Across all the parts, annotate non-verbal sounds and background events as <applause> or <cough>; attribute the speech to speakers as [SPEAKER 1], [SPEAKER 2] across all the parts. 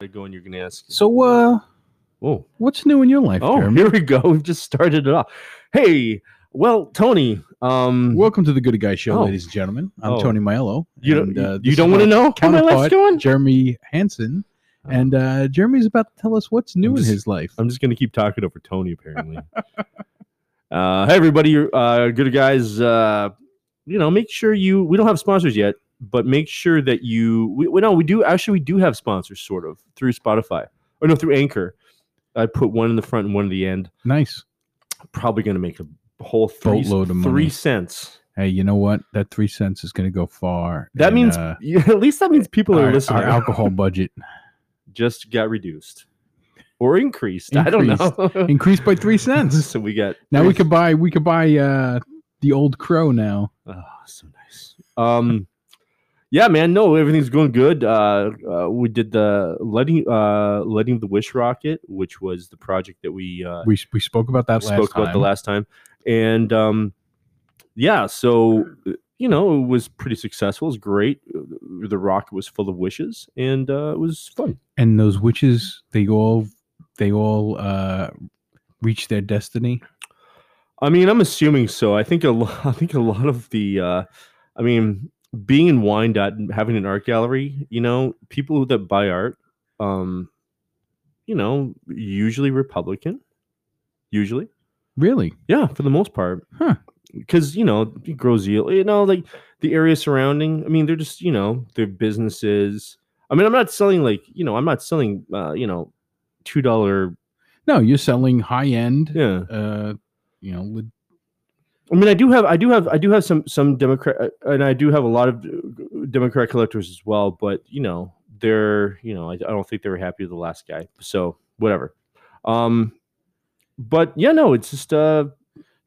[SPEAKER 1] ago, and you're gonna ask.
[SPEAKER 2] So, uh,
[SPEAKER 1] Oh,
[SPEAKER 2] what's new in your life,
[SPEAKER 1] oh,
[SPEAKER 2] Jeremy?
[SPEAKER 1] here we go. <laughs> We've just started it off. Hey, well, Tony, um,
[SPEAKER 2] Welcome to the Good Guy Show,
[SPEAKER 1] Oh.
[SPEAKER 2] ladies and gentlemen. I'm
[SPEAKER 1] Oh.
[SPEAKER 2] Tony Maiello.
[SPEAKER 1] you don't,
[SPEAKER 2] and, uh,
[SPEAKER 1] you
[SPEAKER 2] this
[SPEAKER 1] don't
[SPEAKER 2] is
[SPEAKER 1] want to
[SPEAKER 2] my
[SPEAKER 1] know how my life's
[SPEAKER 2] counterpart,
[SPEAKER 1] going?
[SPEAKER 2] Jeremy Hansen,
[SPEAKER 1] Oh.
[SPEAKER 2] and uh, Jeremy's about to tell us what's new
[SPEAKER 1] I'm just-
[SPEAKER 2] in his life.
[SPEAKER 1] I'm just gonna keep talking over Tony. <laughs> Apparently. uh, hey, everybody, you're, uh, good guys. Uh, you know, make sure you. We don't have sponsors yet, but make sure that you. We, we no, we do actually. We do have sponsors, sort of, through Spotify or no, through Anchor. I put one in the front and one in the end.
[SPEAKER 2] nice.
[SPEAKER 1] Probably gonna make a whole three,
[SPEAKER 2] Boatload of money.
[SPEAKER 1] three cents.
[SPEAKER 2] Hey, you know what? That three cents is going to go far.
[SPEAKER 1] That
[SPEAKER 2] and,
[SPEAKER 1] means
[SPEAKER 2] uh,
[SPEAKER 1] <laughs> at least that means people
[SPEAKER 2] our,
[SPEAKER 1] are listening.
[SPEAKER 2] our alcohol budget
[SPEAKER 1] <laughs> just got reduced or increased. I don't know. <laughs>
[SPEAKER 2] increased by three cents.
[SPEAKER 1] so we got
[SPEAKER 2] Now we
[SPEAKER 1] three-
[SPEAKER 2] could buy we could buy uh, the old crow now.
[SPEAKER 1] Oh, so nice. Um, yeah, man. No, everything's going good. Uh, uh we did the letting uh letting of the wish rocket, which was the project that we uh
[SPEAKER 2] We we spoke about that last
[SPEAKER 1] spoke
[SPEAKER 2] time.
[SPEAKER 1] about the last time, and um, yeah. So uh, you know, it was pretty successful. It was great. Uh, The rocket was full of wishes, and uh, it was fun.
[SPEAKER 2] and those witches, they all they all uh, reach their destiny.
[SPEAKER 1] I mean, I'm assuming so. I think a lot. <laughs> I think a lot of the. Uh, I mean, being in wine dot having an art gallery, you know, people that buy art, um, you know, usually Republican, usually,
[SPEAKER 2] Really?
[SPEAKER 1] yeah, for the most part,
[SPEAKER 2] Huh.
[SPEAKER 1] Because you know, Grozil, you know, like the area surrounding. I mean, they're just you know, they're businesses. I mean, I'm not selling like you know, I'm not selling uh, you know, two dollar.
[SPEAKER 2] No, you're selling high end.
[SPEAKER 1] Yeah,
[SPEAKER 2] Uh, you know, le-
[SPEAKER 1] I mean, I do have, I do have, I do have some some Democrat, uh, and I do have a lot of uh, Democrat collectors as well. But you know, they're, you know, I, I don't think they were happy with the last guy. So whatever. Um, but yeah, no, it's just uh,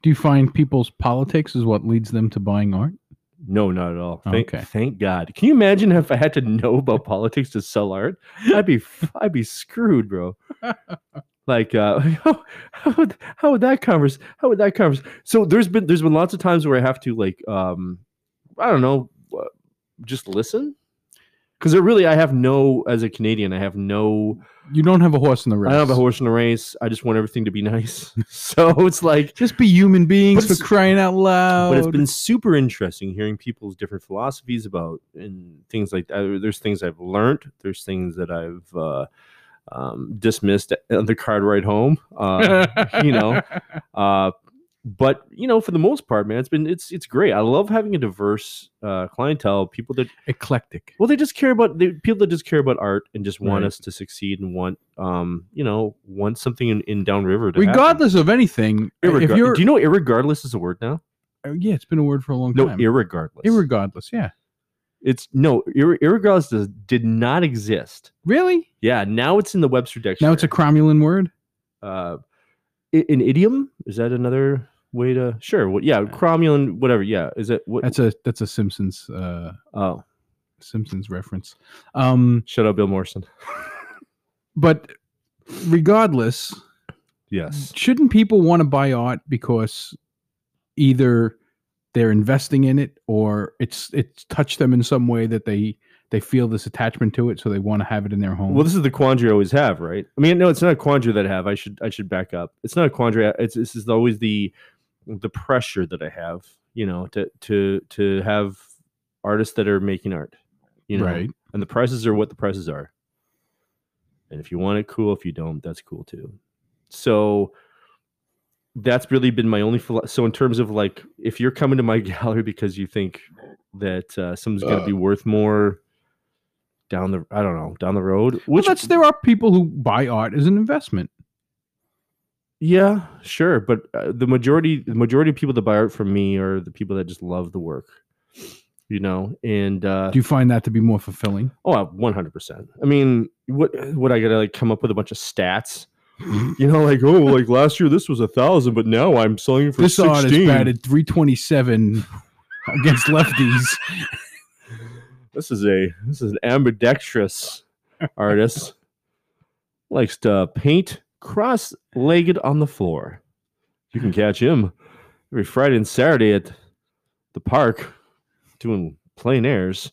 [SPEAKER 2] do you find people's politics is what leads them to buying art?
[SPEAKER 1] no, not at all. Thank,
[SPEAKER 2] Okay.
[SPEAKER 1] thank God. Can you imagine if I had to know about politics to sell art? I'd be,
[SPEAKER 2] <laughs>
[SPEAKER 1] f- I'd be screwed, bro. Like, uh, <laughs> how, how would how would that converse? How would that converse? So there's been there's been lots of times where I have to like, um, I don't know, uh, just listen, because really I have no as a Canadian I have no
[SPEAKER 2] You don't have a horse in the race.
[SPEAKER 1] I don't have a horse in the race. I just want everything to be <laughs> nice. so it's like
[SPEAKER 2] Just be human beings
[SPEAKER 1] But
[SPEAKER 2] for
[SPEAKER 1] it's-
[SPEAKER 2] crying out loud.
[SPEAKER 1] but it's been super interesting hearing people's different philosophies about and things like that. There's things I've learned. There's things that I've uh, um, dismissed on the card ride home.
[SPEAKER 2] <laughs>
[SPEAKER 1] Uh, you know, uh, but you know, for the most part, man, it's been it's it's great. I love having a diverse uh, clientele. People that
[SPEAKER 2] eclectic.
[SPEAKER 1] well, they just care about they, people that just care about art and just want
[SPEAKER 2] Right.
[SPEAKER 1] us to succeed and want um you know want something in, in downriver. To happen.
[SPEAKER 2] Regardless of anything, if
[SPEAKER 1] Irregar-
[SPEAKER 2] you're,
[SPEAKER 1] do you know irregardless is a word now?
[SPEAKER 2] uh, yeah, it's been a word for a long
[SPEAKER 1] No,
[SPEAKER 2] time.
[SPEAKER 1] irregardless.
[SPEAKER 2] Irregardless, yeah.
[SPEAKER 1] It's no, ir- irregardless does, did not exist.
[SPEAKER 2] Really?
[SPEAKER 1] Yeah, now it's in the Webster dictionary.
[SPEAKER 2] Now it's a Cromulan word.
[SPEAKER 1] uh, i- an idiom. Is that another way to? Sure. What? Yeah, Cromulent. Whatever. Yeah. Is it what?
[SPEAKER 2] That's a that's a Simpsons uh
[SPEAKER 1] oh,
[SPEAKER 2] Simpsons reference. Um,
[SPEAKER 1] shut up, Bill Morrison.
[SPEAKER 2] but regardless,
[SPEAKER 1] Yes.
[SPEAKER 2] shouldn't people want to buy art because either they're investing in it or it's it's touched them in some way that they they feel this attachment to it, so they want to have it in their home.
[SPEAKER 1] Well, this is the quandary I always have, right? I mean, no, it's not a quandary that I have. I should I should back up. It's not a quandary. I- It's this is always the the pressure that I have, you know, to to to have artists that are making art, you know,
[SPEAKER 2] right?
[SPEAKER 1] and the prices are what the prices are. And if you want it, cool. If you don't, that's cool too. So that's really been my only. Philo- so in terms of like, if you're coming to my <laughs> gallery because you think that uh, something's going to be worth more down the, I don't know, down the road.
[SPEAKER 2] Well,
[SPEAKER 1] Which
[SPEAKER 2] that's there are people who buy art as an investment.
[SPEAKER 1] yeah, sure. But uh, the majority, the majority of people that buy art from me are the people that just love the work. You know, and uh,
[SPEAKER 2] Do you find that to be more fulfilling?
[SPEAKER 1] Oh, one hundred percent. I mean, what what I gotta like come up with a bunch of stats? You know, like oh, like last year this was a thousand, but now I'm selling for
[SPEAKER 2] this artist
[SPEAKER 1] sixteen.
[SPEAKER 2] batted 327 against lefties.
[SPEAKER 1] This is a this is an
[SPEAKER 2] <laughs>
[SPEAKER 1] ambidextrous artist. Likes to paint cross-legged on the floor. You can catch him every Friday and Saturday at the park doing plain airs.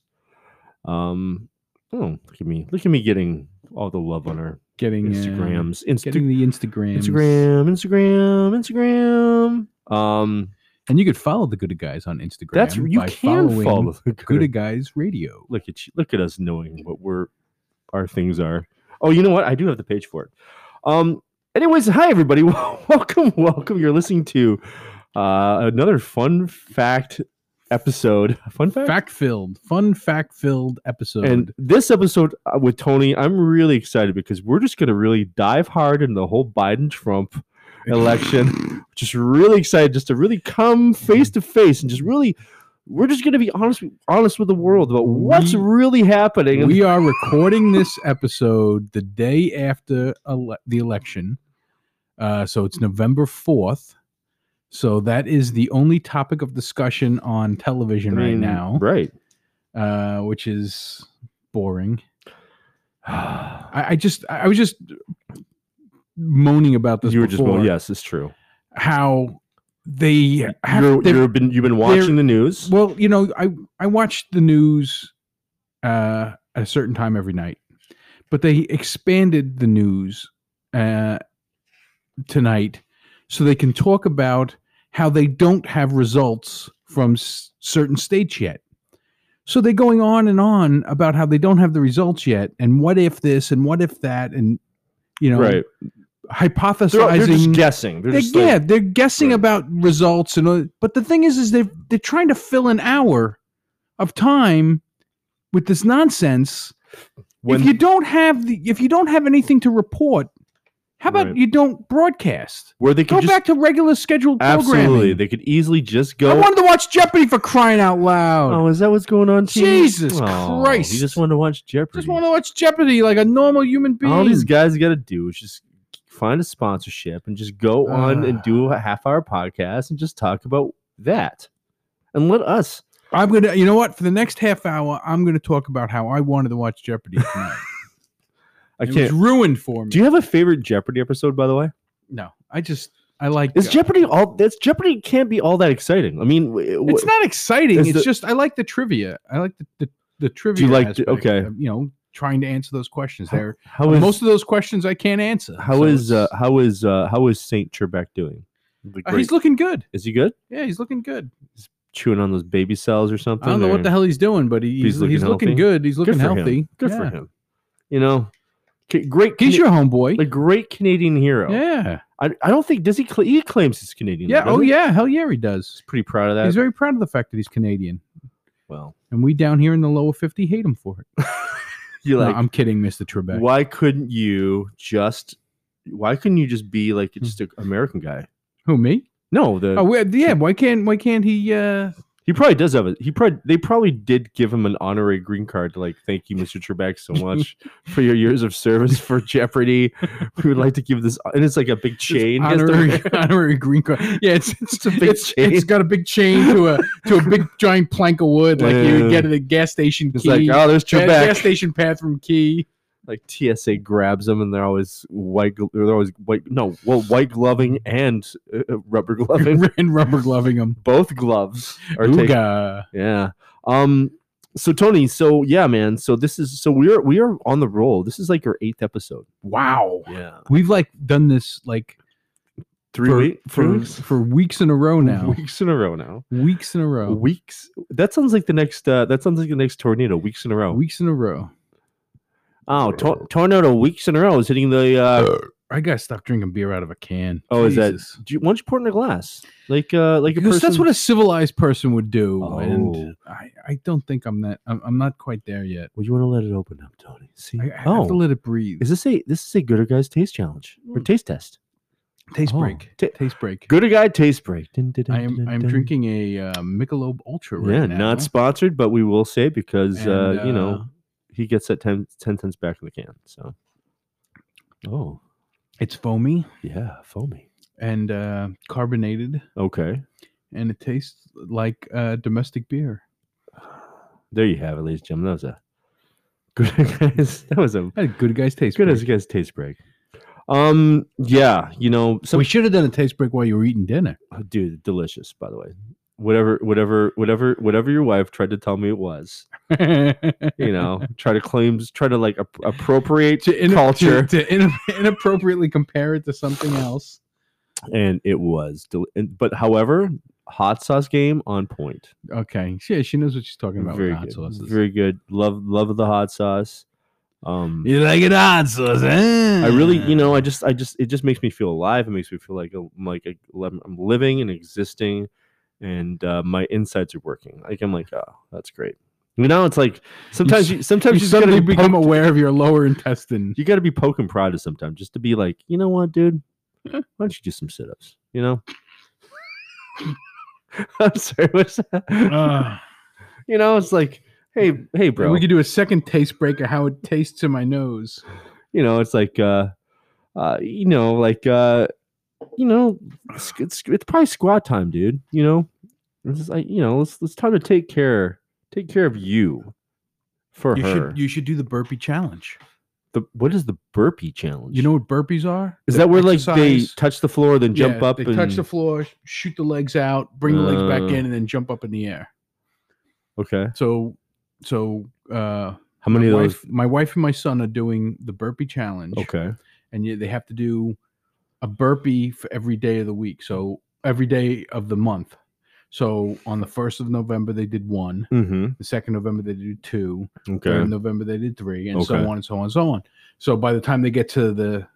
[SPEAKER 1] Um, oh, look at me! Look at me getting all the love on our
[SPEAKER 2] Getting uh,
[SPEAKER 1] Instagrams, Insta-
[SPEAKER 2] getting the Instagram,
[SPEAKER 1] Instagram, Instagram, Instagram. Um,
[SPEAKER 2] and you could follow the Good Guys on Instagram.
[SPEAKER 1] that's you
[SPEAKER 2] by
[SPEAKER 1] can
[SPEAKER 2] following
[SPEAKER 1] follow the
[SPEAKER 2] Good Guys Radio.
[SPEAKER 1] look at you, look at us knowing what we're our things are. Oh, you know what? I do have the page for it. Um. Anyways, hi everybody. <laughs> welcome, welcome. You're listening to uh, another fun fact episode. Fun fact.
[SPEAKER 2] Fact filled, fun fact filled episode.
[SPEAKER 1] and this episode uh, with Tony, I'm really excited because we're just going to really dive hard into the whole Biden Trump
[SPEAKER 2] <laughs>
[SPEAKER 1] election. just really excited just to really come face to face and just really we're just going to be honest honest with the world about what's
[SPEAKER 2] We-
[SPEAKER 1] really happening. And
[SPEAKER 2] we are recording this episode the day after ele- the election. Uh, so it's November 4th. So that is the only topic of discussion on
[SPEAKER 1] I
[SPEAKER 2] television
[SPEAKER 1] mean,
[SPEAKER 2] right now, <sighs>
[SPEAKER 1] Right.
[SPEAKER 2] uh, which is boring. I, I just, I I was just moaning about this
[SPEAKER 1] you were just
[SPEAKER 2] before.
[SPEAKER 1] well, yes, it's true.
[SPEAKER 2] How they have
[SPEAKER 1] You're,
[SPEAKER 2] they're-
[SPEAKER 1] you've been you've been watching the news.
[SPEAKER 2] Well, you know, I I watched the news uh, at a certain time every night, but they expanded the news uh, tonight so they can talk about how they don't have results from s- certain states yet. So they're going on and on about how they don't have the results yet, and what if this, and what if that, and you know,
[SPEAKER 1] right.
[SPEAKER 2] hypothesizing
[SPEAKER 1] They're, they're just guessing. They're
[SPEAKER 2] they're,
[SPEAKER 1] just
[SPEAKER 2] yeah,
[SPEAKER 1] like,
[SPEAKER 2] they're guessing
[SPEAKER 1] Right.
[SPEAKER 2] about results and all- but the thing is is they they're trying to fill an hour of time with this nonsense.
[SPEAKER 1] when
[SPEAKER 2] if you don't have the if you don't have anything to report, how about
[SPEAKER 1] Right.
[SPEAKER 2] you don't broadcast?
[SPEAKER 1] where they
[SPEAKER 2] Go
[SPEAKER 1] could just
[SPEAKER 2] back to regular scheduled
[SPEAKER 1] absolutely
[SPEAKER 2] programming.
[SPEAKER 1] they could easily just
[SPEAKER 2] I
[SPEAKER 1] go
[SPEAKER 2] wanted to watch Jeopardy for crying out loud.
[SPEAKER 1] Oh, is that what's going on? Team?
[SPEAKER 2] Jesus Christ.
[SPEAKER 1] You just want to watch Jeopardy.
[SPEAKER 2] Just want to watch Jeopardy like a normal human being.
[SPEAKER 1] All these guys got to do is just find a sponsorship and just go on and do
[SPEAKER 2] Ah.
[SPEAKER 1] a half hour podcast and just talk about that, and let us.
[SPEAKER 2] I'm gonna you know what? For the next half hour, I'm gonna talk about how I wanted to watch Jeopardy tonight.
[SPEAKER 1] <laughs> I
[SPEAKER 2] it was
[SPEAKER 1] can't.
[SPEAKER 2] ruined for me.
[SPEAKER 1] Do you have a favorite Jeopardy episode, by the way?
[SPEAKER 2] no, I just I like
[SPEAKER 1] Is
[SPEAKER 2] uh,
[SPEAKER 1] Jeopardy all? That's Jeopardy can't be all that exciting. I mean, w- w-
[SPEAKER 2] It's not exciting.
[SPEAKER 1] is
[SPEAKER 2] It's
[SPEAKER 1] the-
[SPEAKER 2] just I like the trivia. I like the the, the trivia.
[SPEAKER 1] like the-
[SPEAKER 2] aspect
[SPEAKER 1] okay.
[SPEAKER 2] of, you know, trying to answer those questions.
[SPEAKER 1] How-
[SPEAKER 2] There,
[SPEAKER 1] how is
[SPEAKER 2] most of those questions I can't answer.
[SPEAKER 1] how
[SPEAKER 2] so
[SPEAKER 1] is uh,
[SPEAKER 2] it's-
[SPEAKER 1] how is uh, how is Saint Trebek doing? The
[SPEAKER 2] uh, he's
[SPEAKER 1] great-
[SPEAKER 2] looking good.
[SPEAKER 1] is he good?
[SPEAKER 2] Yeah, he's looking good.
[SPEAKER 1] Chewing on those baby cells or something?
[SPEAKER 2] I don't know
[SPEAKER 1] or-
[SPEAKER 2] what the hell he's doing, but he- he's he's
[SPEAKER 1] looking
[SPEAKER 2] looking,
[SPEAKER 1] healthy?
[SPEAKER 2] good. He's looking
[SPEAKER 1] Good for
[SPEAKER 2] healthy.
[SPEAKER 1] Him. Good
[SPEAKER 2] Yeah.
[SPEAKER 1] for him. You know, Ca- great.
[SPEAKER 2] He's
[SPEAKER 1] Cana-
[SPEAKER 2] your homeboy.
[SPEAKER 1] a great Canadian hero.
[SPEAKER 2] yeah.
[SPEAKER 1] I, I don't think does he cl- he claims he's Canadian.
[SPEAKER 2] Yeah.
[SPEAKER 1] though,
[SPEAKER 2] Oh
[SPEAKER 1] doesn't he?
[SPEAKER 2] yeah. Hell yeah. He does.
[SPEAKER 1] Pretty proud of that.
[SPEAKER 2] He's very proud of the fact that he's Canadian,
[SPEAKER 1] well,
[SPEAKER 2] and we down here in the lower fifty hate him for it.
[SPEAKER 1] you're
[SPEAKER 2] No,
[SPEAKER 1] like,
[SPEAKER 2] I'm kidding, Mister Trebek.
[SPEAKER 1] why couldn't you just why couldn't you just be like just an American guy?
[SPEAKER 2] Who me?
[SPEAKER 1] No, the
[SPEAKER 2] Hmm. Oh we- yeah. Why can't why can't he? uh
[SPEAKER 1] he probably does have it. He probably they probably did give him an honorary green card to like thank
[SPEAKER 2] <laughs>
[SPEAKER 1] you, Mr. Trebek, so much for your years of service for Jeopardy. <laughs> We would like to give this, and it's like a big
[SPEAKER 2] It's
[SPEAKER 1] chain. he has to
[SPEAKER 2] <laughs> honorary,
[SPEAKER 1] wear.
[SPEAKER 2] honorary green card. Yeah, it's it's a big
[SPEAKER 1] It's-
[SPEAKER 2] it's,
[SPEAKER 1] it's
[SPEAKER 2] it's got a big chain to a to a big giant plank of wood like you
[SPEAKER 1] Yeah.
[SPEAKER 2] would get at a gas station
[SPEAKER 1] It's
[SPEAKER 2] key.
[SPEAKER 1] like oh, there's
[SPEAKER 2] gas, gas
[SPEAKER 1] Trebek.
[SPEAKER 2] station bathroom key.
[SPEAKER 1] like TSA grabs them and they're always white. gl- They're always white. No, well, white gloving and uh, uh, rubber
[SPEAKER 2] <laughs>
[SPEAKER 1] gloving.
[SPEAKER 2] and rubber gloving them.
[SPEAKER 1] Both gloves are taken.
[SPEAKER 2] Ooga.
[SPEAKER 1] Yeah. Um. So Tony. So yeah, man. So this is. So we're we are on the roll. This is like your eighth episode.
[SPEAKER 2] Wow.
[SPEAKER 1] Yeah.
[SPEAKER 2] We've like done this like
[SPEAKER 1] Three,
[SPEAKER 2] for,
[SPEAKER 1] week-
[SPEAKER 2] for,
[SPEAKER 1] three weeks.
[SPEAKER 2] for weeks in a row now.
[SPEAKER 1] Weeks in a row now.
[SPEAKER 2] Weeks in a row.
[SPEAKER 1] Weeks. That sounds like the next. Uh, that sounds like the next tornado. Weeks in a row.
[SPEAKER 2] Weeks in a row.
[SPEAKER 1] Oh, tor- tornado. Weeks in a row is hitting the. Uh,
[SPEAKER 2] I gotta stop drinking beer out of a can.
[SPEAKER 1] Oh, is that-
[SPEAKER 2] Jesus.
[SPEAKER 1] do you, why don't you pour it in a glass? Like uh, like a
[SPEAKER 2] Because
[SPEAKER 1] person.
[SPEAKER 2] that's what a civilized person would do,
[SPEAKER 1] Oh.
[SPEAKER 2] and I, I don't think I'm that. I'm, I'm not quite there yet.
[SPEAKER 1] Well, you want to let it open up, Tony. See,
[SPEAKER 2] I, I
[SPEAKER 1] oh,
[SPEAKER 2] have to let it breathe.
[SPEAKER 1] is this a this is a gooder guy's taste challenge or taste test?
[SPEAKER 2] Hmm. Taste
[SPEAKER 1] Oh.
[SPEAKER 2] break.
[SPEAKER 1] Ta-
[SPEAKER 2] Taste break.
[SPEAKER 1] Gooder guy taste break. Dun, dun, dun,
[SPEAKER 2] I am
[SPEAKER 1] dun,
[SPEAKER 2] I'm
[SPEAKER 1] dun.
[SPEAKER 2] drinking a uh, Michelob Ultra right
[SPEAKER 1] yeah,
[SPEAKER 2] now.
[SPEAKER 1] not sponsored, but we will say because
[SPEAKER 2] and,
[SPEAKER 1] uh, you know
[SPEAKER 2] uh,
[SPEAKER 1] he gets that 10, 10 cents back in the can. So, oh
[SPEAKER 2] it's foamy
[SPEAKER 1] yeah, foamy.
[SPEAKER 2] and uh, carbonated,
[SPEAKER 1] Okay,
[SPEAKER 2] and it tastes like uh, domestic beer.
[SPEAKER 1] there you have it, ladies and gentlemen. That was a good guys. <laughs> That was a
[SPEAKER 2] Had a good guys taste.
[SPEAKER 1] good
[SPEAKER 2] break.
[SPEAKER 1] as guys taste break. Um, yeah, you know,
[SPEAKER 2] So
[SPEAKER 1] some <laughs>
[SPEAKER 2] we should have done a taste break while you were eating dinner.
[SPEAKER 1] dude Uh, delicious by the way whatever, whatever, whatever, whatever your wife tried to tell me it was. You
[SPEAKER 2] <laughs>
[SPEAKER 1] know, try to claims, try to like ap- appropriate
[SPEAKER 2] to in-
[SPEAKER 1] culture,
[SPEAKER 2] to, to in- inappropriately compare it to something else.
[SPEAKER 1] and it was. Del- and- but however, hot sauce game on point.
[SPEAKER 2] Okay, yeah, she knows what she's talking about
[SPEAKER 1] Very
[SPEAKER 2] with hot
[SPEAKER 1] good.
[SPEAKER 2] sauces.
[SPEAKER 1] Very good. Love, love of the hot sauce. Um,
[SPEAKER 2] you like it hot sauce? Eh?
[SPEAKER 1] I really, you know, I just, I just, it just makes me feel alive. It makes me feel like I'm like a- I'm living and existing, and uh, my insides are working. Like I'm like, oh, that's great. You know, it's like sometimes
[SPEAKER 2] s-
[SPEAKER 1] you, sometimes
[SPEAKER 2] you
[SPEAKER 1] you, gotta
[SPEAKER 2] suddenly
[SPEAKER 1] be
[SPEAKER 2] become
[SPEAKER 1] poke-
[SPEAKER 2] aware of your
[SPEAKER 1] <laughs>
[SPEAKER 2] lower intestine.
[SPEAKER 1] you got to be poking pride of sometimes just to be like, you know what, dude,
[SPEAKER 2] Hmm.
[SPEAKER 1] why don't you do some sit ups? You know. <laughs> I'm sorry. What's that?
[SPEAKER 2] Ah.
[SPEAKER 1] You know, it's like, hey, hey, bro.
[SPEAKER 2] We could do a second taste break of how it tastes to my nose.
[SPEAKER 1] you know it's like uh uh you know like uh you know it's, it's, it's probably squat time dude you know it's just like you know it's, it's time to take care take care of you for
[SPEAKER 2] You
[SPEAKER 1] her
[SPEAKER 2] should you should do the burpee challenge.
[SPEAKER 1] the, what is the burpee challenge
[SPEAKER 2] You know what burpees are?
[SPEAKER 1] is
[SPEAKER 2] They're
[SPEAKER 1] that where like they
[SPEAKER 2] exercise-
[SPEAKER 1] touch the floor then jump
[SPEAKER 2] Yeah,
[SPEAKER 1] up
[SPEAKER 2] They
[SPEAKER 1] and
[SPEAKER 2] touch the floor, shoot the legs out, bring the legs back
[SPEAKER 1] Uh.
[SPEAKER 2] in, and then jump up in the air.
[SPEAKER 1] okay
[SPEAKER 2] So so uh
[SPEAKER 1] how many
[SPEAKER 2] my
[SPEAKER 1] of
[SPEAKER 2] wife,
[SPEAKER 1] those
[SPEAKER 2] my wife and my son are doing the burpee challenge.
[SPEAKER 1] okay
[SPEAKER 2] and you, they have to do a burpee for every day of the week. So every day of the month. So on the first of November they did one.
[SPEAKER 1] mm-hmm
[SPEAKER 2] The second November they did two. Third
[SPEAKER 1] okay
[SPEAKER 2] of November they did three, and so
[SPEAKER 1] Okay.
[SPEAKER 2] on and so on and so on. So by the time they get to the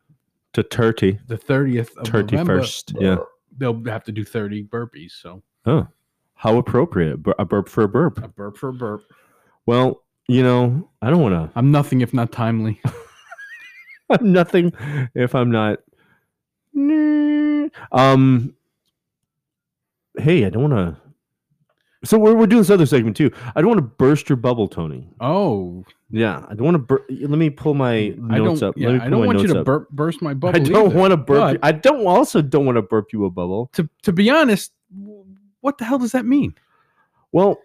[SPEAKER 1] to 30
[SPEAKER 2] the thirtieth of November,
[SPEAKER 1] 31st yeah
[SPEAKER 2] they'll have to do thirty burpees. So
[SPEAKER 1] oh how appropriate Bur- a burp for a burp
[SPEAKER 2] a burp for a burp.
[SPEAKER 1] well you know i don't want to
[SPEAKER 2] I'm nothing if not timely.
[SPEAKER 1] <laughs> I'm nothing if I'm not. Um. Hey, I don't want to. So we're, we're doing this other segment too. I don't want to burst your bubble, Tony.
[SPEAKER 2] Oh,
[SPEAKER 1] Yeah, I don't want to. Bur- let me pull my notes
[SPEAKER 2] I don't.
[SPEAKER 1] up.
[SPEAKER 2] Yeah,
[SPEAKER 1] Let me
[SPEAKER 2] I
[SPEAKER 1] pull
[SPEAKER 2] don't
[SPEAKER 1] my
[SPEAKER 2] want you
[SPEAKER 1] notes
[SPEAKER 2] to
[SPEAKER 1] up.
[SPEAKER 2] burp, burst my bubble.
[SPEAKER 1] I don't
[SPEAKER 2] either.
[SPEAKER 1] want to burp. You.
[SPEAKER 2] but-
[SPEAKER 1] I don't also don't want to burp you a bubble.
[SPEAKER 2] to. To be honest, what the hell does that mean?
[SPEAKER 1] Well,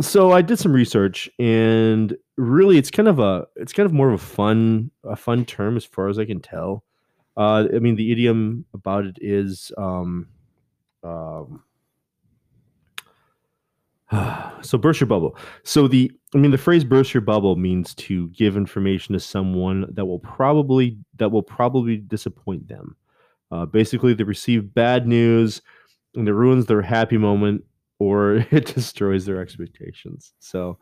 [SPEAKER 1] so I did some research, and really, it's kind of a it's kind of more of a fun a fun term as far as I can tell. Uh, I mean, the idiom about it is, um, um, <sighs> so burst your bubble. So the I mean, the phrase burst your bubble means to give information to someone that will probably that will probably disappoint them. Uh, basically, they receive bad news, and it ruins their happy moment or <laughs> it destroys their expectations. So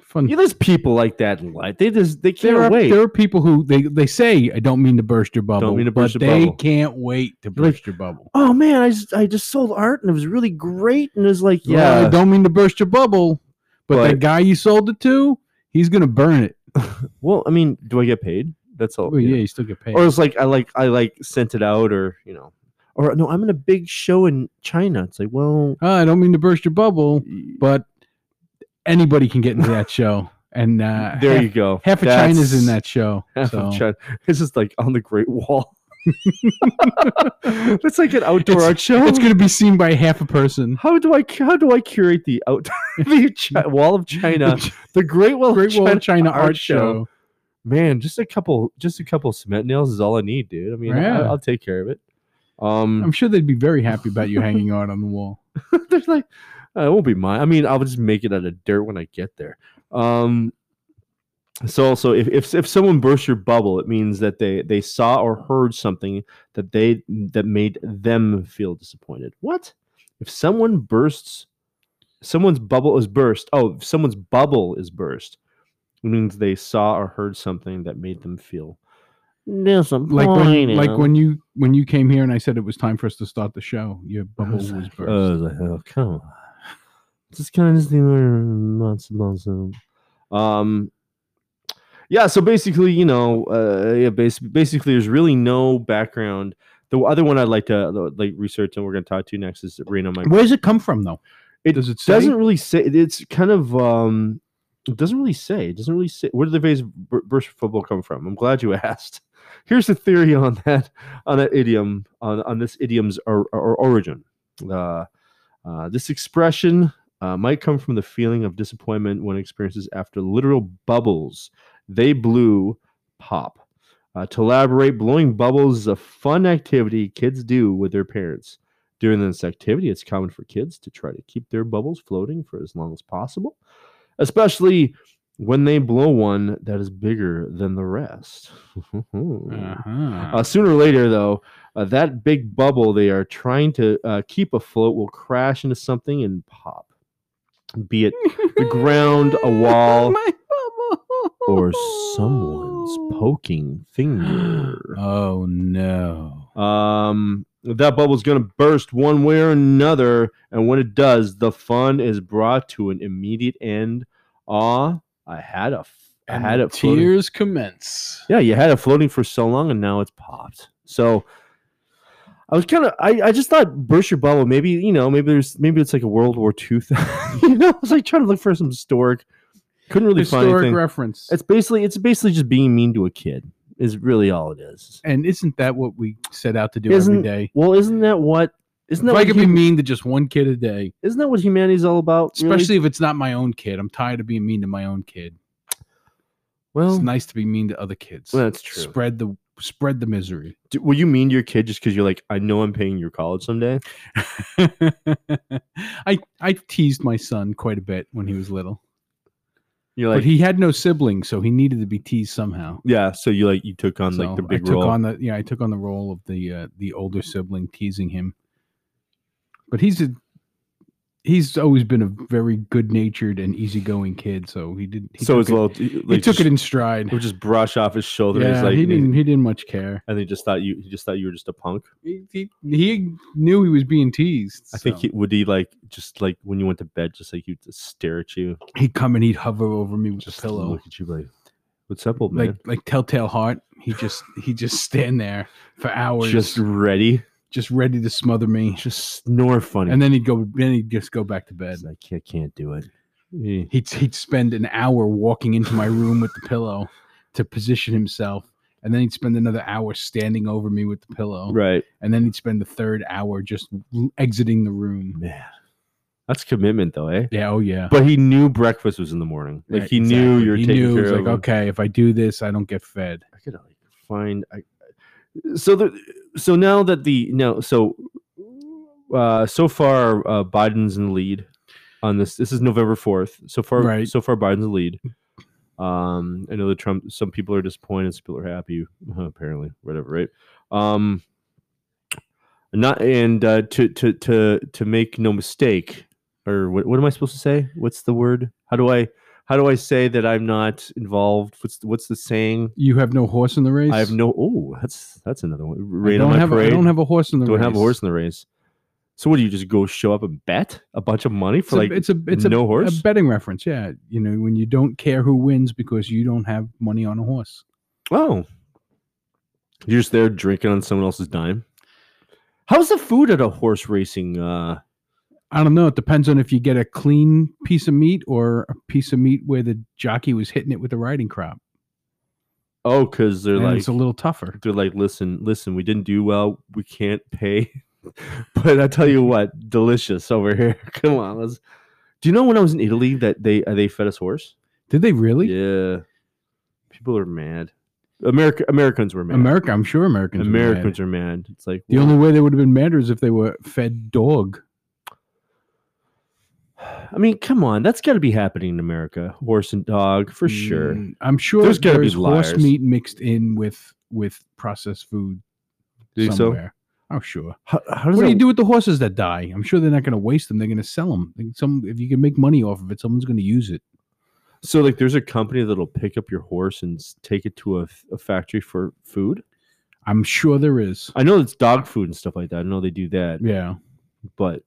[SPEAKER 2] Fun
[SPEAKER 1] you know, there's people like that in life. They just they can't
[SPEAKER 2] there are,
[SPEAKER 1] wait.
[SPEAKER 2] there are people who they, they say I don't mean to burst your bubble.
[SPEAKER 1] mean to burst
[SPEAKER 2] but
[SPEAKER 1] your
[SPEAKER 2] they
[SPEAKER 1] bubble.
[SPEAKER 2] can't wait to
[SPEAKER 1] Like,
[SPEAKER 2] burst your bubble.
[SPEAKER 1] Oh man, I just I just sold art and it was really great and it was like
[SPEAKER 2] Well, I
[SPEAKER 1] yeah.
[SPEAKER 2] don't mean to burst your bubble, but, that
[SPEAKER 1] But-
[SPEAKER 2] guy you sold it to, he's gonna burn it.
[SPEAKER 1] Well, I mean, do I get paid? That's all.
[SPEAKER 2] Oh
[SPEAKER 1] you
[SPEAKER 2] yeah,
[SPEAKER 1] know.
[SPEAKER 2] you still get paid.
[SPEAKER 1] Or it's like I like I like sent it out or you know or no I'm in a big show in China. It's like well
[SPEAKER 2] "Ah, I don't mean to burst your bubble,
[SPEAKER 1] y-
[SPEAKER 2] but anybody can get
[SPEAKER 1] <laughs>
[SPEAKER 2] into that show. And uh,
[SPEAKER 1] there
[SPEAKER 2] half,
[SPEAKER 1] you go.
[SPEAKER 2] half of China's in
[SPEAKER 1] That's-
[SPEAKER 2] that show.
[SPEAKER 1] <laughs> Half
[SPEAKER 2] so.
[SPEAKER 1] of China. It's just like on the Great
[SPEAKER 2] <laughs>
[SPEAKER 1] Wall. <laughs> it's like an outdoor art show.
[SPEAKER 2] It's gonna be seen by half a person.
[SPEAKER 1] how do I how do I curate the out <laughs> the
[SPEAKER 2] <laughs>
[SPEAKER 1] chi- wall of China, the Great Wall,
[SPEAKER 2] Great
[SPEAKER 1] of China?
[SPEAKER 2] Wall of China
[SPEAKER 1] Art
[SPEAKER 2] Art Show.
[SPEAKER 1] Man, just a couple just a couple cement nails is all I need, dude. I mean, I,
[SPEAKER 2] Yeah.
[SPEAKER 1] I'll take care of it. Um,
[SPEAKER 2] I'm sure they'd be very happy about you hanging art on
[SPEAKER 1] <laughs>
[SPEAKER 2] the wall.
[SPEAKER 1] there's like uh, it won't be mine. I mean, I'll just make it out of dirt when I get there. Um, so so if, if if someone bursts your bubble, it means that they they saw or heard something that they that made them feel disappointed. What if someone bursts? Someone's bubble is burst. Oh, if someone's bubble is burst. It means they saw or heard something that made them feel disappointed.
[SPEAKER 2] like when like when you when you came here and I said it was time for us to start the show, your
[SPEAKER 1] I
[SPEAKER 2] bubble was
[SPEAKER 1] like,
[SPEAKER 2] burst.
[SPEAKER 1] I was like, oh, come on. Just kind of just the months, months. Um, yeah. So basically, you know, uh, yeah, bas- basically, there's really no background. The other one I'd like to uh, like research, and we're going to talk to next is Reno. My
[SPEAKER 2] Where does it come from though?
[SPEAKER 1] It
[SPEAKER 2] does it say?
[SPEAKER 1] doesn't really say. It's kind of um, it doesn't really say. It doesn't really say. Where did the phrase bur- burst football come from? I'm glad you <laughs> asked. Here's the theory on that on that idiom on on this idiom's or, or origin. Uh, uh, this expression uh, might come from the feeling of disappointment one experiences after literal bubbles. They blew pop. Uh, to elaborate, blowing bubbles is a fun activity kids do with their parents. During this activity, it's common for kids to try to keep their bubbles floating for as long as possible, especially when they blow one that is bigger than the rest.
[SPEAKER 2] Uh-huh.
[SPEAKER 1] Uh, sooner or later, though, uh, that big bubble they are trying to uh, keep afloat will crash into something and pop, be it the <laughs> ground, a wall,
[SPEAKER 2] <laughs> My bubble.
[SPEAKER 1] or someone's poking finger.
[SPEAKER 2] Oh no.
[SPEAKER 1] <gasps> Um, that bubble's going to burst one way or another, and when it does, the fun is brought to an immediate end. Ah, I had a, f- I
[SPEAKER 2] And
[SPEAKER 1] had
[SPEAKER 2] the
[SPEAKER 1] it floating
[SPEAKER 2] tears commence.
[SPEAKER 1] yeah, you had it floating for so long and now it's popped. So I was kind of, I, I just thought burst your bubble. Maybe, you know, maybe there's, maybe it's like a World War II <laughs> thing. you know, I was like trying to look for some historic, couldn't really find
[SPEAKER 2] Historic
[SPEAKER 1] anything.
[SPEAKER 2] reference.
[SPEAKER 1] it's basically, it's basically just being mean to a kid is really all it is.
[SPEAKER 2] and isn't that what we set out to do every
[SPEAKER 1] Isn't-
[SPEAKER 2] day?
[SPEAKER 1] Well, isn't that what, isn't that
[SPEAKER 2] if I
[SPEAKER 1] what,
[SPEAKER 2] could be
[SPEAKER 1] hum-
[SPEAKER 2] mean to just one kid a day,
[SPEAKER 1] isn't that what humanity's all about? really?
[SPEAKER 2] especially if it's not my own kid, I'm tired of being mean to my own kid.
[SPEAKER 1] well,
[SPEAKER 2] it's nice to be mean to other kids.
[SPEAKER 1] well, that's true.
[SPEAKER 2] Spread the spread the misery. <laughs>
[SPEAKER 1] Do- Will you mean to your kid just because you're like, I know I'm paying your college someday?
[SPEAKER 2] I I teased my son quite a bit when he was little,
[SPEAKER 1] You're like,
[SPEAKER 2] but he had no siblings, so he needed to be teased somehow.
[SPEAKER 1] yeah. So you like, you took on
[SPEAKER 2] So
[SPEAKER 1] like the
[SPEAKER 2] I
[SPEAKER 1] big
[SPEAKER 2] took
[SPEAKER 1] role.
[SPEAKER 2] on the yeah, I took on the role of the uh, the older sibling teasing him. But he's a he's always been a very good natured and easygoing kid, so he did. He
[SPEAKER 1] so
[SPEAKER 2] took
[SPEAKER 1] it's
[SPEAKER 2] it,
[SPEAKER 1] a little.
[SPEAKER 2] he
[SPEAKER 1] like,
[SPEAKER 2] took
[SPEAKER 1] just-
[SPEAKER 2] it in stride.
[SPEAKER 1] He would just brush off his shoulder. and he's
[SPEAKER 2] Yeah,
[SPEAKER 1] like,
[SPEAKER 2] he didn't he didn't much care.
[SPEAKER 1] and they just thought you. He just thought you were just a punk.
[SPEAKER 2] He, he, he knew he was being teased.
[SPEAKER 1] I think
[SPEAKER 2] so.
[SPEAKER 1] he would he like just like when you went to bed, just like he'd just stare at you,
[SPEAKER 2] he'd come and he'd hover over me with
[SPEAKER 1] just
[SPEAKER 2] a pillow.
[SPEAKER 1] look at you like, "What's up, old
[SPEAKER 2] like
[SPEAKER 1] man?"
[SPEAKER 2] like telltale heart he just he just stand there for hours
[SPEAKER 1] Just
[SPEAKER 2] just
[SPEAKER 1] ready,
[SPEAKER 2] just ready to smother me
[SPEAKER 1] just snore funny.
[SPEAKER 2] and then he'd go then he'd just go back to bed
[SPEAKER 1] It's like, I can't do it. Eh.
[SPEAKER 2] he'd, he'd spend an hour walking into my room with the pillow to position himself and then he'd spend another hour standing over me with the pillow
[SPEAKER 1] Right,
[SPEAKER 2] and then he'd spend the third hour just l- exiting the room
[SPEAKER 1] man. That's commitment, though, eh?
[SPEAKER 2] yeah oh yeah
[SPEAKER 1] But he knew breakfast was in the morning. Like
[SPEAKER 2] Right,
[SPEAKER 1] he knew
[SPEAKER 2] exactly.
[SPEAKER 1] you were
[SPEAKER 2] he
[SPEAKER 1] taking
[SPEAKER 2] knew,
[SPEAKER 1] care
[SPEAKER 2] he's
[SPEAKER 1] of.
[SPEAKER 2] like
[SPEAKER 1] him.
[SPEAKER 2] okay if i do this i don't get fed
[SPEAKER 1] I gotta like find. I, so the so now that the now so uh, so far uh, Biden's in the lead on this. This is November fourth. So far,
[SPEAKER 2] Right.
[SPEAKER 1] so far Biden's the lead. Um, I know the Trump. Some people are disappointed. Some people are happy. <laughs> Apparently, whatever. Right. Um, not and uh, to to to to make no mistake, or what, what am I supposed to say? What's the word? How do I how do I say that I'm not involved? What's what's the saying?
[SPEAKER 2] you have no horse in the race
[SPEAKER 1] I have no. Oh, that's that's another one.
[SPEAKER 2] I
[SPEAKER 1] Rain on
[SPEAKER 2] don't,
[SPEAKER 1] my
[SPEAKER 2] have, a- I
[SPEAKER 1] parade.
[SPEAKER 2] don't have a horse in the
[SPEAKER 1] Don't
[SPEAKER 2] race
[SPEAKER 1] have a horse in the race. So what do you just go show up and bet a bunch of money for
[SPEAKER 2] a-
[SPEAKER 1] like
[SPEAKER 2] it's a it's a,
[SPEAKER 1] no
[SPEAKER 2] a
[SPEAKER 1] horse?
[SPEAKER 2] betting reference. Yeah, you know when you don't care who wins because you don't have money on a horse.
[SPEAKER 1] oh, you're just there drinking on someone else's dime. How's the food at a horse racing? Uh,
[SPEAKER 2] I don't know. It depends on if you get a clean piece of meat or a piece of meat where the jockey was hitting it with the riding crop.
[SPEAKER 1] oh, because they're
[SPEAKER 2] And
[SPEAKER 1] like
[SPEAKER 2] it's a little tougher.
[SPEAKER 1] they're like, listen, listen, we didn't do well. We can't pay. <laughs> but I tell you what, delicious over here. <laughs> Come on, let's. Do you know when I was in Italy that they uh, they fed us horse?
[SPEAKER 2] Did they really?
[SPEAKER 1] Yeah, people are mad. America Americans were mad.
[SPEAKER 2] America, I'm sure Americans. were mad.
[SPEAKER 1] Americans are mad. It's like
[SPEAKER 2] The
[SPEAKER 1] well,
[SPEAKER 2] only way they would have been madder is if they were fed dog.
[SPEAKER 1] <sighs> I mean, come on, that's got to be happening in America. Horse and dog for sure.
[SPEAKER 2] Mm, I'm sure
[SPEAKER 1] There's
[SPEAKER 2] there's,
[SPEAKER 1] gotta be
[SPEAKER 2] horse
[SPEAKER 1] liars.
[SPEAKER 2] meat mixed in with with processed food
[SPEAKER 1] Do you so?
[SPEAKER 2] somewhere. Oh sure.
[SPEAKER 1] How, how does
[SPEAKER 2] what do
[SPEAKER 1] that-
[SPEAKER 2] you do with the horses that die? I'm sure they're not going to waste them. They're going to sell them. Some, if you can make money off of it, someone's going to use it.
[SPEAKER 1] So like, there's a company that'll pick up your horse and s- take it to a, f- a factory for food.
[SPEAKER 2] I'm sure there is.
[SPEAKER 1] I know it's dog food and stuff like that. I know they do that.
[SPEAKER 2] Yeah,
[SPEAKER 1] but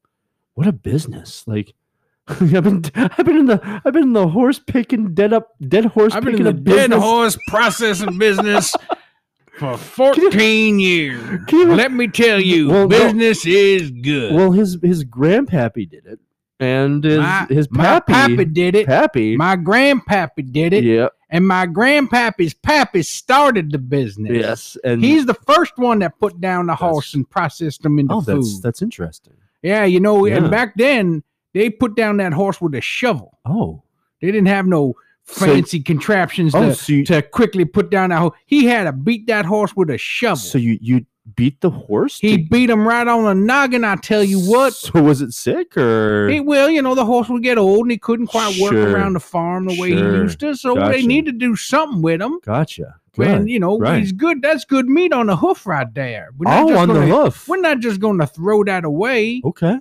[SPEAKER 1] what a business! Like <laughs> I've been I've been in the I've been in the horse picking dead up dead horse picking up business.
[SPEAKER 2] horse processing business
[SPEAKER 1] <laughs>
[SPEAKER 2] for
[SPEAKER 1] 14
[SPEAKER 2] years.
[SPEAKER 1] Can you-
[SPEAKER 2] me tell
[SPEAKER 1] you, Well, no. business
[SPEAKER 2] is
[SPEAKER 1] <laughs>
[SPEAKER 2] good.
[SPEAKER 1] well, his his grandpappy did it, and his his pappy
[SPEAKER 2] did it.
[SPEAKER 1] pappy
[SPEAKER 2] My grandpappy did it,
[SPEAKER 1] yeah
[SPEAKER 2] and my grandpappy's pappy started the business.
[SPEAKER 1] yes and
[SPEAKER 2] He's the first one that put down the
[SPEAKER 1] That's-
[SPEAKER 2] horse and processed them into
[SPEAKER 1] oh
[SPEAKER 2] food.
[SPEAKER 1] that's that's interesting
[SPEAKER 2] Yeah, you know,
[SPEAKER 1] Yeah.
[SPEAKER 2] and back then they put down that horse with a shovel.
[SPEAKER 1] oh
[SPEAKER 2] They didn't have no
[SPEAKER 1] So-
[SPEAKER 2] fancy contraptions
[SPEAKER 1] oh
[SPEAKER 2] to,
[SPEAKER 1] so you,
[SPEAKER 2] to quickly put down that horse. He had to beat that horse with a shovel.
[SPEAKER 1] so you you beat the horse?
[SPEAKER 2] He
[SPEAKER 1] to-
[SPEAKER 2] beat him right on the noggin. I tell you
[SPEAKER 1] <laughs>
[SPEAKER 2] what.
[SPEAKER 1] So was it sick or?
[SPEAKER 2] He well, you know, the horse would get old and he couldn't quite work
[SPEAKER 1] Sure.
[SPEAKER 2] around the farm the way he
[SPEAKER 1] Sure.
[SPEAKER 2] used to. So they
[SPEAKER 1] Gotcha.
[SPEAKER 2] need to do something with him.
[SPEAKER 1] gotcha.
[SPEAKER 2] And
[SPEAKER 1] Good.
[SPEAKER 2] you know,
[SPEAKER 1] Right.
[SPEAKER 2] he's good. That's good meat on the hoof right there. We're not
[SPEAKER 1] All
[SPEAKER 2] just
[SPEAKER 1] on the
[SPEAKER 2] gonna,
[SPEAKER 1] hoof.
[SPEAKER 2] We're not just going to throw that away.
[SPEAKER 1] Okay.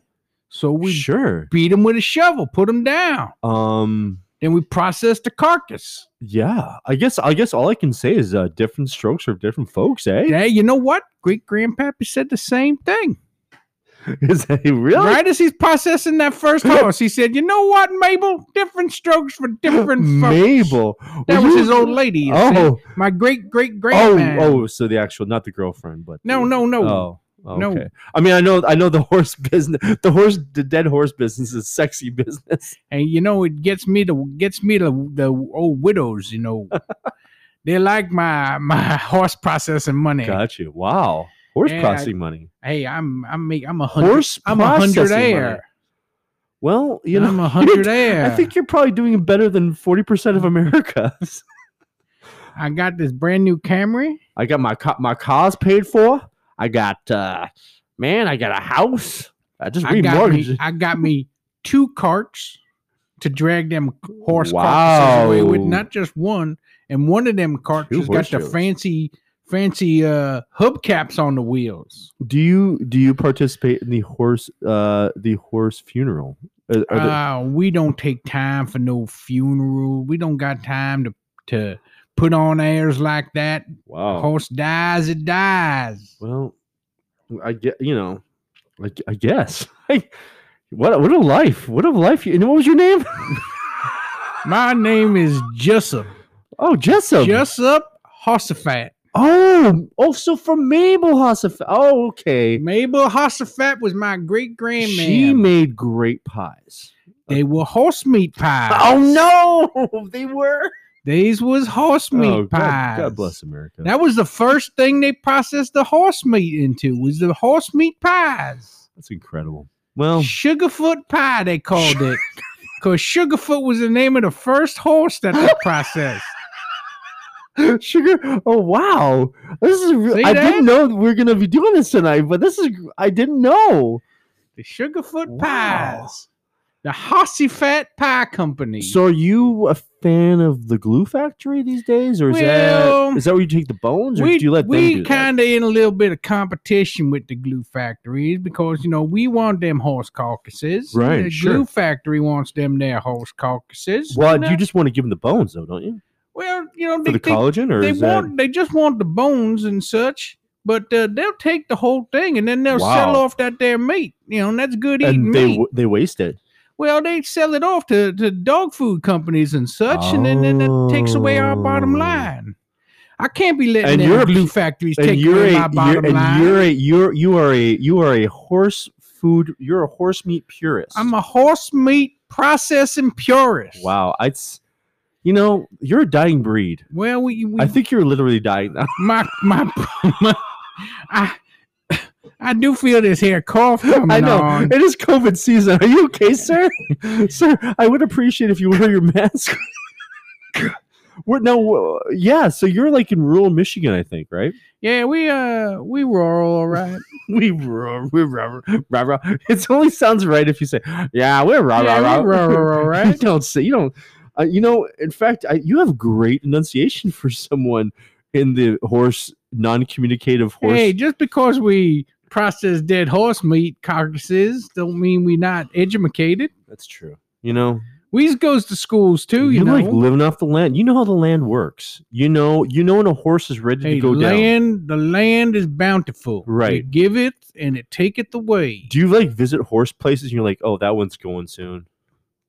[SPEAKER 2] So we
[SPEAKER 1] sure.
[SPEAKER 2] beat him with a shovel, put him down.
[SPEAKER 1] Um.
[SPEAKER 2] Then we processed the carcass.
[SPEAKER 1] Yeah. I guess. I guess all I can say is uh, different strokes for different folks. Eh?
[SPEAKER 2] Hey, you know what? Great grandpappy said the same thing.
[SPEAKER 1] <laughs> Is that really?
[SPEAKER 2] Right as he's processing that first horse, he said, "You know what, Mabel? Different strokes for
[SPEAKER 1] <laughs>
[SPEAKER 2] different folks."
[SPEAKER 1] Mabel.
[SPEAKER 2] That
[SPEAKER 1] Were
[SPEAKER 2] was
[SPEAKER 1] you-
[SPEAKER 2] his old lady. you see.
[SPEAKER 1] Oh.
[SPEAKER 2] my great great
[SPEAKER 1] Oh.
[SPEAKER 2] grandma.
[SPEAKER 1] Oh. So the actual, not the girlfriend, but
[SPEAKER 2] No,
[SPEAKER 1] the-
[SPEAKER 2] no, no.
[SPEAKER 1] Oh.
[SPEAKER 2] No.
[SPEAKER 1] Okay. I mean, I know, I know the horse business, the horse, the dead horse business is sexy
[SPEAKER 2] <laughs>
[SPEAKER 1] business.
[SPEAKER 2] And you know, it gets me to gets me to the old widows. You know,
[SPEAKER 1] <laughs>
[SPEAKER 2] they like my my horse processing money.
[SPEAKER 1] Got you. Wow. Horse
[SPEAKER 2] Yeah, I-
[SPEAKER 1] processing money.
[SPEAKER 2] Hey, I'm I'm make, I'm a hundred.
[SPEAKER 1] Horse
[SPEAKER 2] I'm a hundred
[SPEAKER 1] processing money.
[SPEAKER 2] air.
[SPEAKER 1] Well, you know, <laughs>
[SPEAKER 2] I'm a hundred air. Mm.
[SPEAKER 1] I think you're probably doing better than 40% of America.
[SPEAKER 2] I got this brand new Camry.
[SPEAKER 1] <laughs> I got my co- my cars paid for. I got uh man, I got a house. I just
[SPEAKER 2] I got
[SPEAKER 1] remortgaged.
[SPEAKER 2] me,
[SPEAKER 1] it.
[SPEAKER 2] I got me two carts to drag them horse
[SPEAKER 1] Wow.
[SPEAKER 2] carts away with, not just one. And one of them carts
[SPEAKER 1] Two
[SPEAKER 2] has got the
[SPEAKER 1] horseshoes.
[SPEAKER 2] fancy fancy uh hubcaps on the wheels.
[SPEAKER 1] Do you do you participate in the horse uh the horse funeral? Uh, are there-
[SPEAKER 2] Uh, we don't take time for no funeral. We don't got time to to put on airs like that.
[SPEAKER 1] wow.
[SPEAKER 2] Horse dies, it dies.
[SPEAKER 1] well, I get you know, I, gu- I guess. <laughs> what what a life. What a life. You and what was your name? <laughs>
[SPEAKER 2] My name is Jessup.
[SPEAKER 1] oh, Jessup.
[SPEAKER 2] Jessup Hossafat.
[SPEAKER 1] Oh, oh, so from Mabel Hossaf. Oh, okay.
[SPEAKER 2] Mabel Hossafat was my great
[SPEAKER 1] She
[SPEAKER 2] grandma.
[SPEAKER 1] made great pies.
[SPEAKER 2] They were horse meat pies.
[SPEAKER 1] Oh no, <laughs> they were.
[SPEAKER 2] These was horse meat
[SPEAKER 1] Oh, God,
[SPEAKER 2] pies.
[SPEAKER 1] God bless America.
[SPEAKER 2] That was the first thing they processed the horse meat into was the horse meat pies.
[SPEAKER 1] That's incredible. Well,
[SPEAKER 2] Sugarfoot pie, they
[SPEAKER 1] <laughs>
[SPEAKER 2] called it. Because Sugarfoot was the name of the first horse
[SPEAKER 1] <laughs>
[SPEAKER 2] that they processed.
[SPEAKER 1] sugar. Oh wow, this is.
[SPEAKER 2] See
[SPEAKER 1] Re- I
[SPEAKER 2] that?
[SPEAKER 1] didn't know we are gonna be doing this tonight, but this is. I didn't know.
[SPEAKER 2] The Sugarfoot
[SPEAKER 1] Wow.
[SPEAKER 2] Pies. The Hossy Fat Pie Company.
[SPEAKER 1] So, are you a fan of the glue factory these days, or is
[SPEAKER 2] Well,
[SPEAKER 1] that is that where you take the bones, or
[SPEAKER 2] we
[SPEAKER 1] do you let them
[SPEAKER 2] we
[SPEAKER 1] do that?
[SPEAKER 2] kind of in a little bit of competition with the glue factories because you know we want them horse caucuses. and
[SPEAKER 1] Right,
[SPEAKER 2] The
[SPEAKER 1] sure.
[SPEAKER 2] glue factory wants them their horse caucuses.
[SPEAKER 1] Well,
[SPEAKER 2] and, uh,
[SPEAKER 1] you just want to give them the bones, though, don't you?
[SPEAKER 2] well, you know
[SPEAKER 1] For the
[SPEAKER 2] they, they,
[SPEAKER 1] collagen, or
[SPEAKER 2] they
[SPEAKER 1] is that-
[SPEAKER 2] want they just want the bones and such but uh, they'll take the whole thing and then they'll sell
[SPEAKER 1] Wow.
[SPEAKER 2] off that there meat you know and that's good eating
[SPEAKER 1] and they
[SPEAKER 2] meat
[SPEAKER 1] wa- they waste it.
[SPEAKER 2] well they sell it off to, to dog food companies and such and then, then that takes away our bottom
[SPEAKER 1] Oh.
[SPEAKER 2] line i can't be letting
[SPEAKER 1] And
[SPEAKER 2] them
[SPEAKER 1] you're a-
[SPEAKER 2] glue factories
[SPEAKER 1] and
[SPEAKER 2] take
[SPEAKER 1] you're
[SPEAKER 2] away
[SPEAKER 1] a,
[SPEAKER 2] my bottom
[SPEAKER 1] you're, and
[SPEAKER 2] line
[SPEAKER 1] you're a you're you are a you are a horse food you're a horse meat purist.
[SPEAKER 2] i'm a horse meat processing purist
[SPEAKER 1] wow. It's you know you're a dying breed.
[SPEAKER 2] well we, we
[SPEAKER 1] I think you're literally dying <laughs> now.
[SPEAKER 2] my my, <laughs> my i i do feel this here cough
[SPEAKER 1] <laughs>
[SPEAKER 2] coming
[SPEAKER 1] I know
[SPEAKER 2] on
[SPEAKER 1] it is COVID season. Are you okay, sir? <laughs> sir, I would appreciate if you wear your mask. <laughs> We're, no, uh, yeah. So you're like in rural Michigan, I think,
[SPEAKER 2] <laughs>
[SPEAKER 1] right?
[SPEAKER 2] Yeah, we uh we were all right.
[SPEAKER 1] We rah, we rah, rah, rah. It only sounds right if you say, "Yeah, we're rah
[SPEAKER 2] yeah,
[SPEAKER 1] rah
[SPEAKER 2] we
[SPEAKER 1] rah."
[SPEAKER 2] were
[SPEAKER 1] <laughs>
[SPEAKER 2] all
[SPEAKER 1] You
[SPEAKER 2] right.
[SPEAKER 1] don't say you don't. Uh, you know, in fact, I, you have great enunciation for someone in the horse non-communicative horse.
[SPEAKER 2] Hey, just because we process dead horse meat carcasses don't mean we not educated.
[SPEAKER 1] That's true. You know,
[SPEAKER 2] We goes to schools too, you
[SPEAKER 1] you're
[SPEAKER 2] know.
[SPEAKER 1] like living off the land. You know how the land works. You know, you know when a horse is ready
[SPEAKER 2] hey,
[SPEAKER 1] to go
[SPEAKER 2] the
[SPEAKER 1] down.
[SPEAKER 2] land the land is bountiful.
[SPEAKER 1] Right.
[SPEAKER 2] It give it and it take it away.
[SPEAKER 1] Do you like visit horse places and you're like, oh, that one's going soon?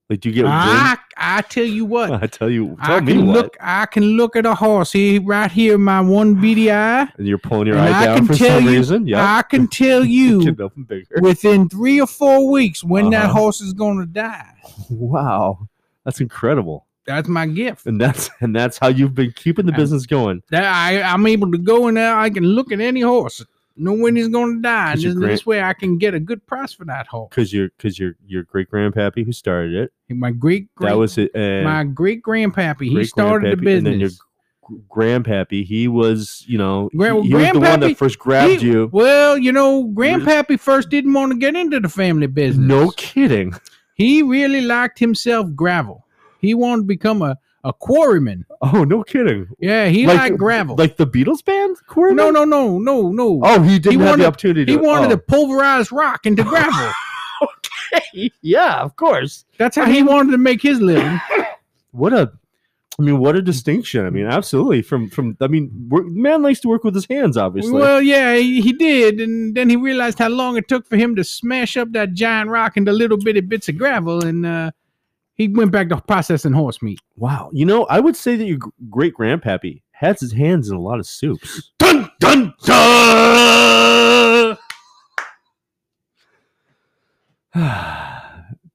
[SPEAKER 1] Like, do you get?
[SPEAKER 2] I I tell
[SPEAKER 1] <laughs>
[SPEAKER 2] you what.
[SPEAKER 1] wind? I tell you, tell
[SPEAKER 2] Ah, I
[SPEAKER 1] me
[SPEAKER 2] can
[SPEAKER 1] what.
[SPEAKER 2] look I can look at a horse here right here, my one beady eye.
[SPEAKER 1] and you're pulling your
[SPEAKER 2] and
[SPEAKER 1] eye
[SPEAKER 2] I
[SPEAKER 1] down
[SPEAKER 2] can
[SPEAKER 1] for
[SPEAKER 2] tell
[SPEAKER 1] some
[SPEAKER 2] you-
[SPEAKER 1] reason. <laughs> Yeah,
[SPEAKER 2] I can tell you
[SPEAKER 1] Getting up and bigger. <laughs>
[SPEAKER 2] within three or four weeks when that
[SPEAKER 1] Uh-huh.
[SPEAKER 2] horse is gonna die.
[SPEAKER 1] Wow, that's incredible.
[SPEAKER 2] That's my gift.
[SPEAKER 1] And that's and that's how you've been keeping the
[SPEAKER 2] I-
[SPEAKER 1] business going.
[SPEAKER 2] That I, I'm able to go in there. I can look at any horse, know when he's going to die, and
[SPEAKER 1] Is your
[SPEAKER 2] this,
[SPEAKER 1] grand-
[SPEAKER 2] this way I can get a good price for that horse.
[SPEAKER 1] because your because your your great grandpappy who started it
[SPEAKER 2] And my great, great
[SPEAKER 1] that was it and
[SPEAKER 2] my great grandpappy. He
[SPEAKER 1] great
[SPEAKER 2] started the
[SPEAKER 1] grandpappy, and then your
[SPEAKER 2] business.
[SPEAKER 1] grandpappy, he was, you know, he,
[SPEAKER 2] Grand-
[SPEAKER 1] he was the one
[SPEAKER 2] Grandpappy,
[SPEAKER 1] that first grabbed
[SPEAKER 2] He-
[SPEAKER 1] you.
[SPEAKER 2] Well, you know, Grandpappy first didn't want to get into the family business.
[SPEAKER 1] No kidding.
[SPEAKER 2] He really liked himself gravel. He wanted to become a, a quarryman.
[SPEAKER 1] Oh, no kidding.
[SPEAKER 2] Yeah, he liked gravel.
[SPEAKER 1] Like the Beatles band? Quarrymen?
[SPEAKER 2] Oh. no, no, no, no, no.
[SPEAKER 1] Oh, he didn't
[SPEAKER 2] He
[SPEAKER 1] have
[SPEAKER 2] wanted-
[SPEAKER 1] the opportunity to.
[SPEAKER 2] he wanted
[SPEAKER 1] oh.
[SPEAKER 2] to pulverize rock into gravel. <laughs>
[SPEAKER 1] Yeah, of course.
[SPEAKER 2] That's
[SPEAKER 1] <laughs>
[SPEAKER 2] how he wanted to make his living.
[SPEAKER 1] What a. I mean, what a distinction. I mean, absolutely. From from, I mean, work, man likes to work with his hands, obviously.
[SPEAKER 2] Well, yeah, he, he did, and then he realized how long it took for him to smash up that giant rock into little bitty bits of gravel, and uh, he went back to processing horse meat.
[SPEAKER 1] Wow. You know, I would say that your great grandpappy has his hands in a lot of soups.
[SPEAKER 2] Dun dun dun.
[SPEAKER 1] <sighs>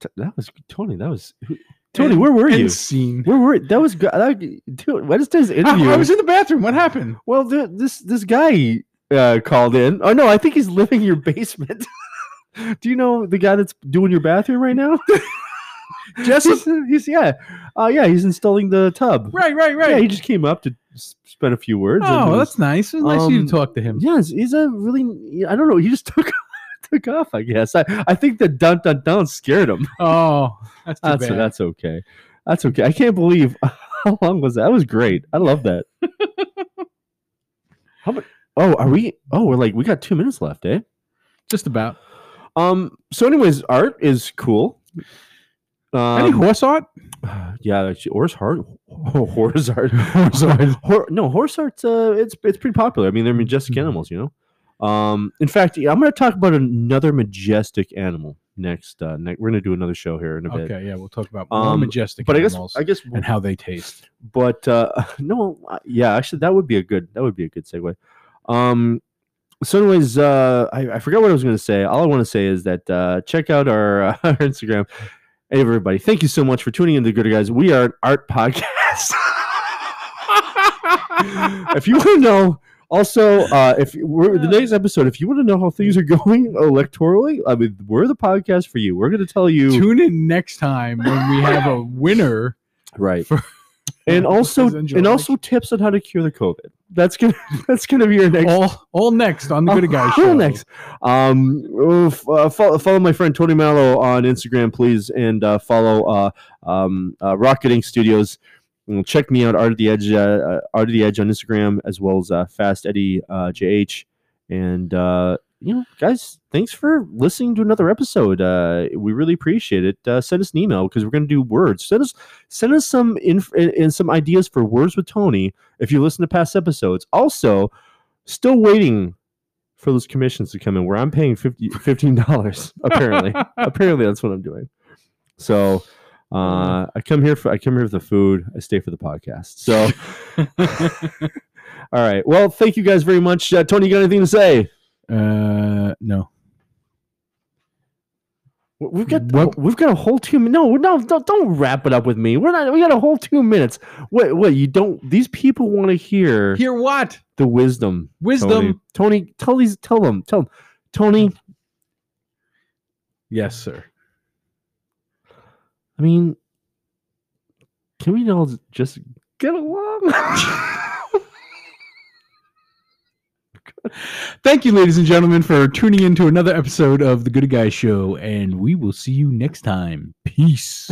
[SPEAKER 1] T- that was Tony. That was who- Tony. where were you?
[SPEAKER 2] Scene.
[SPEAKER 1] Where were that was? go- That, dude, what is this interview?
[SPEAKER 2] I, I was in the bathroom. What happened?
[SPEAKER 1] well, th- this this guy uh, called in. Oh no, I think he's living in your basement. <laughs> Do you know the guy that's doing your bathroom right now?
[SPEAKER 2] Jessup.
[SPEAKER 1] he's, <laughs> he's- yeah, uh, yeah. He's installing the tub.
[SPEAKER 2] Right, right,
[SPEAKER 1] Yeah,
[SPEAKER 2] right.
[SPEAKER 1] he just came up to s- spend a few words. and
[SPEAKER 2] oh,
[SPEAKER 1] he was-
[SPEAKER 2] that's nice. It was nice of you
[SPEAKER 1] Um,
[SPEAKER 2] to talk to him.
[SPEAKER 1] Yes, he's a really. I don't know. He just <laughs> took took off. I guess. I, I think the dun dun dun scared him.
[SPEAKER 2] Oh, that's too
[SPEAKER 1] That's
[SPEAKER 2] bad.
[SPEAKER 1] that's okay. That's okay. I can't believe <laughs> how long was that? That was great. I love that.
[SPEAKER 2] <laughs>
[SPEAKER 1] how much? Oh, are we? Oh, we're like we got two minutes left, eh?
[SPEAKER 2] Just about.
[SPEAKER 1] Um. So, anyways, art is cool.
[SPEAKER 2] Any
[SPEAKER 1] Um,
[SPEAKER 2] horse art?
[SPEAKER 1] <sighs> yeah, actually, horse art, <laughs> horse
[SPEAKER 2] <laughs>
[SPEAKER 1] art, <laughs> horse art. Hor- no, horse art's uh, it's it's pretty popular. I mean, they're
[SPEAKER 2] Mm-hmm.
[SPEAKER 1] majestic animals, you know. Um, in fact, yeah, I'm going to talk about another majestic animal next. Uh, next, we're going to do another show here in a bit.
[SPEAKER 2] Okay, yeah, we'll talk about more
[SPEAKER 1] Um,
[SPEAKER 2] majestic
[SPEAKER 1] But I guess,
[SPEAKER 2] animals
[SPEAKER 1] I guess,
[SPEAKER 2] and how they taste.
[SPEAKER 1] but uh, <laughs> no, I- yeah, actually, that would be a good that would be a good segue. Um, so, anyways, uh, I, I forgot what I was going to say. All I want to say is that uh, check out our, <laughs> uh, our Instagram. Hey, everybody, thank you so much for tuning in to Good Guys. We are an art podcast. <laughs> if you want to know, also, uh, if we're the next episode, if you want to know how things are <laughs> going electorally, I mean, we're the podcast for you. We're going to tell you
[SPEAKER 2] Tune in next time when we have
[SPEAKER 1] <laughs>
[SPEAKER 2] a winner.
[SPEAKER 1] right
[SPEAKER 2] for-
[SPEAKER 1] <laughs> and
[SPEAKER 2] for
[SPEAKER 1] also
[SPEAKER 2] presidential
[SPEAKER 1] and also tips on how to cure the covid that's gonna <laughs> that's gonna be your next
[SPEAKER 2] all all next on the
[SPEAKER 1] Oh,
[SPEAKER 2] good guy
[SPEAKER 1] <laughs> all
[SPEAKER 2] show.
[SPEAKER 1] next um oh, f- uh, follow, follow my friend tony mallow on instagram please and uh, follow uh um uh, rocketing studios Mm, check me out art of the edge uh, uh, art of the edge on instagram as well as uh, fast eddie uh, jh and uh you know guys thanks for listening to another episode uh we really appreciate it uh, send us an email because we're going to do words send us send us some inf- and and some ideas for words with tony if you listen to past episodes also still waiting for those commissions to come in where i'm paying 50, $15 apparently apparently that's what i'm doing so uh, I come here for I come here for the food. I stay for the podcast. So, <laughs> all right. Well, thank you guys very much. Uh, Tony, you got anything to say?
[SPEAKER 2] uh, no.
[SPEAKER 1] W- We've got
[SPEAKER 2] What-
[SPEAKER 1] we've got a whole two. min- No, no, don't, don't wrap it up with me. We're not. We got a whole two minutes. What? What? You don't? These people want to hear
[SPEAKER 2] Hear what?
[SPEAKER 1] the wisdom.
[SPEAKER 2] Wisdom.
[SPEAKER 1] Tony. Tony, tell these. Tell them. Tell them. Tony.
[SPEAKER 2] Yes, sir.
[SPEAKER 1] I mean, can we all just get along? <laughs>
[SPEAKER 2] Thank you, ladies and gentlemen, for tuning in to another episode of the Good Guy Show, and we will see you next time. Peace.